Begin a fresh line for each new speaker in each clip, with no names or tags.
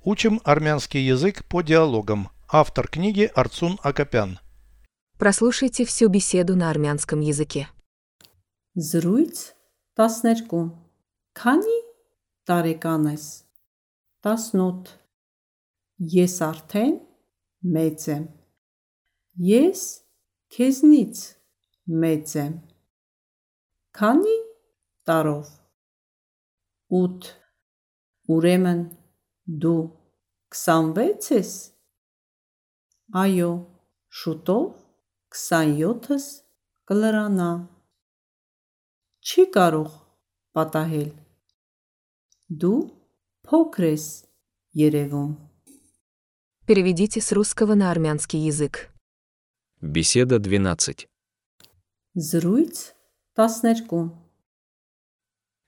Учим армянский язык по диалогам. Автор книги Арцун Акопян.
Прослушайте всю беседу на армянском языке.
Զրույց 12 Քանի տարեկան ես 18 Ես արդեն մեծ եմ Ես քեզնից մեծ եմ Քանի տարով 8 Ուրեմն դու 26 ես Այո շուտով 27-ս կլրանա չի կարող պատահել։ Դու փոքր ես Երևում։
Переведите с русского на армянский язык.
Беседа 12.
Զրույց 12։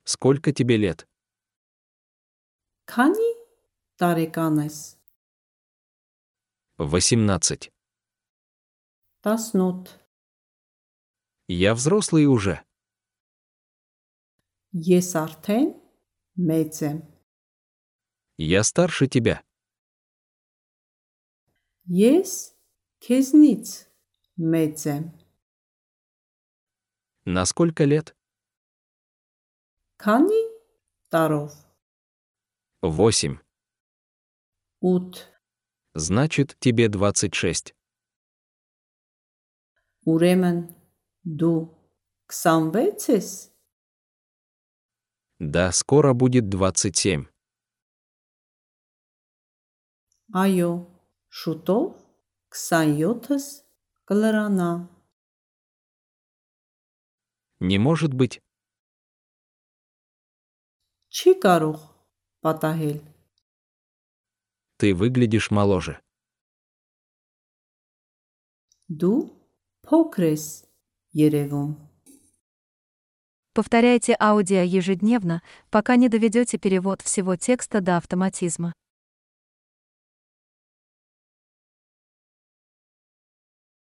Сколько тебе лет?
Քանի տարեկան ես։
18.
18։
Я взрослый уже.
Ես արդեն մեծ եմ։
Я старше тебя.
Ես քեզնից մեծ եմ։
На сколько лет?
Քանի տարով։
8.
8։
Значит, тебе 26.
Ուրեմն դու 26 ես։
Да, скоро будет 27.
Այո, շուտով 27-ս կլրանա։
Не может быть.
Չի կարող պատահել։
Ты выглядишь моложе.
Դու փոքր ես Երևում։
Повторяйте аудио ежедневно, пока не доведете перевод всего текста до автоматизма.